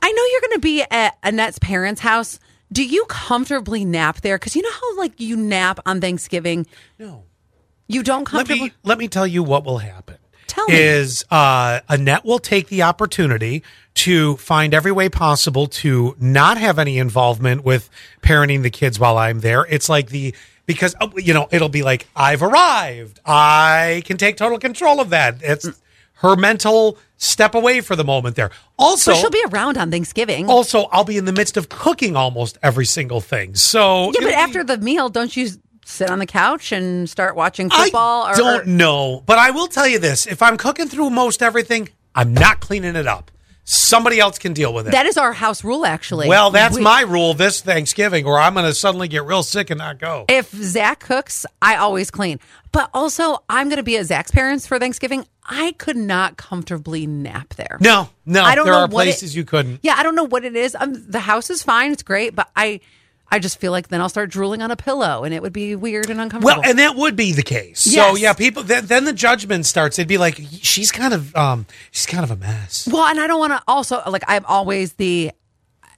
going to be at Annette's parents' house, do you comfortably nap there? Because you know how like you nap on Thanksgiving. No. You don't Let comfortably. me let me tell you what will happen. Tell me. is uh, Annette will take the opportunity to find every way possible to not have any involvement with parenting the kids while I'm there. It's like the because oh, you know it'll be like I've arrived. I can take total control of that. It's her mental step away for the moment there. Also, but she'll be around on Thanksgiving. also I'll be in the midst of cooking almost every single thing. yeah, So but it'll be- after the meal, don't you sit on the couch and start watching football? I or, don't know, but I will tell you this: if I'm cooking through most everything, I'm not cleaning it up. Somebody else can deal with it. That is our house rule, actually. well, that's We- my rule this Thanksgiving, or I'm going to suddenly get real sick and not go. If Zach cooks, I always clean. But also, I'm going to be at Zach's parents for Thanksgiving. I could not comfortably nap there. no, no, I don't there know are what it- places you couldn't. Yeah, I don't know what it is. Um, the house is fine; it's great, but I, I just feel like then I'll start drooling on a pillow, and it would be weird and uncomfortable. Well, and that would be the case. So Yes. yeah, people. Then, then the judgment starts. It'd be like she's kind of, um, she's kind of a mess. Well, and I don't want to also like I'm always the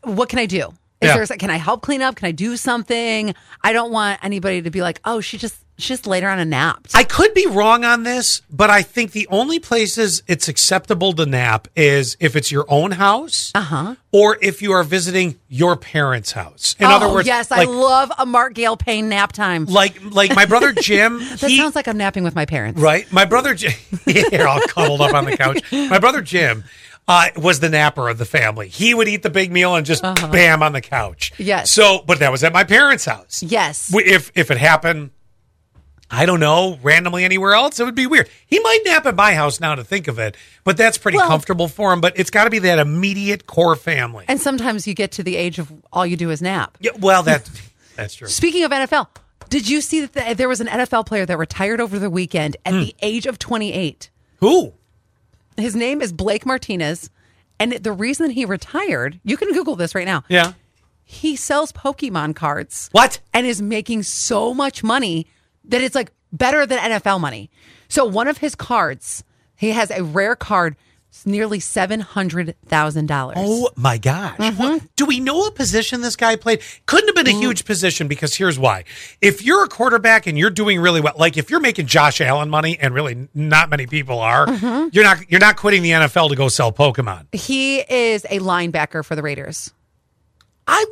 what can I do? Is Yeah. there can I help clean up? Can I do something? I don't want anybody to be like, "Oh, she just she just laid her on a nap." I could be wrong on this, but I think the only places it's acceptable to nap is if it's your own house, uh-huh. or if you are visiting your parents' house. In other Oh, words, yes, like, I love a Mark Gale Payne nap time. like like my brother Jim. That he, sounds like I'm napping with my parents. Right. My brother Jim, here, all cuddled up on the couch. My brother Jim uh, was the napper of the family. He would eat the big meal and just bam on the couch. Uh-huh. Yes. So, but that was at my parents' house. Yes. W- If if it happened, I don't know, randomly anywhere else, it would be weird. He might nap at my house now to think of it, but that's pretty Well- comfortable for him. But it's got to be that immediate core family. And sometimes you get to the age of all you do is nap. yeah, well, that that's true. Speaking of NFL, did you see that th- there was an NFL player that retired over the weekend at the Hmm. age of 28? Who? His name is Blake Martinez. And the reason that he retired, you can Google this right now. Yeah. He sells Pokemon cards. What? And is making so much money that it's like better than NFL money. So one of his cards, he has a rare card, it's nearly $700,000. Oh my gosh. Mm-hmm. What- Do we know a position this guy played? Couldn't have Mm. been a huge position because here's why. If you're a quarterback and you're doing really well, like if you're making Josh Allen money and really not many people are, Mm-hmm. you're not you're not quitting the NFL to go sell Pokemon. He is a linebacker for the Raiders. I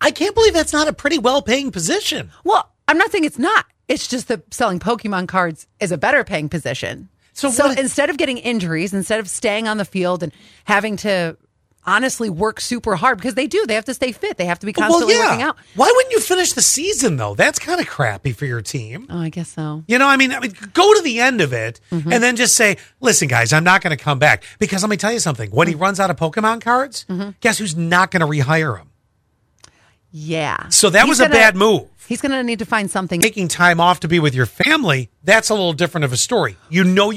I can't believe that's not a pretty well paying position. Well, I'm not saying it's not. It's just that selling Pokemon cards is a better paying position. So So, what- instead of getting injuries, instead of staying on the field and having to honestly work super hard, because they do, they have to stay fit. They have to be constantly working out. Why wouldn't you finish the season though? That's kind of crappy for your team. Oh, I guess so. You know, I mean, I mean, go to the end of it Mm-hmm. and then just say, listen, guys, I'm not going to come back. Because let me tell you something. When he Mm-hmm. runs out of Pokemon cards, guess who's not going to rehire him? Yeah. So that He's was a gonna- bad move. He's going to need to find something. Taking time off to be with your family, that's a little different of a story. You know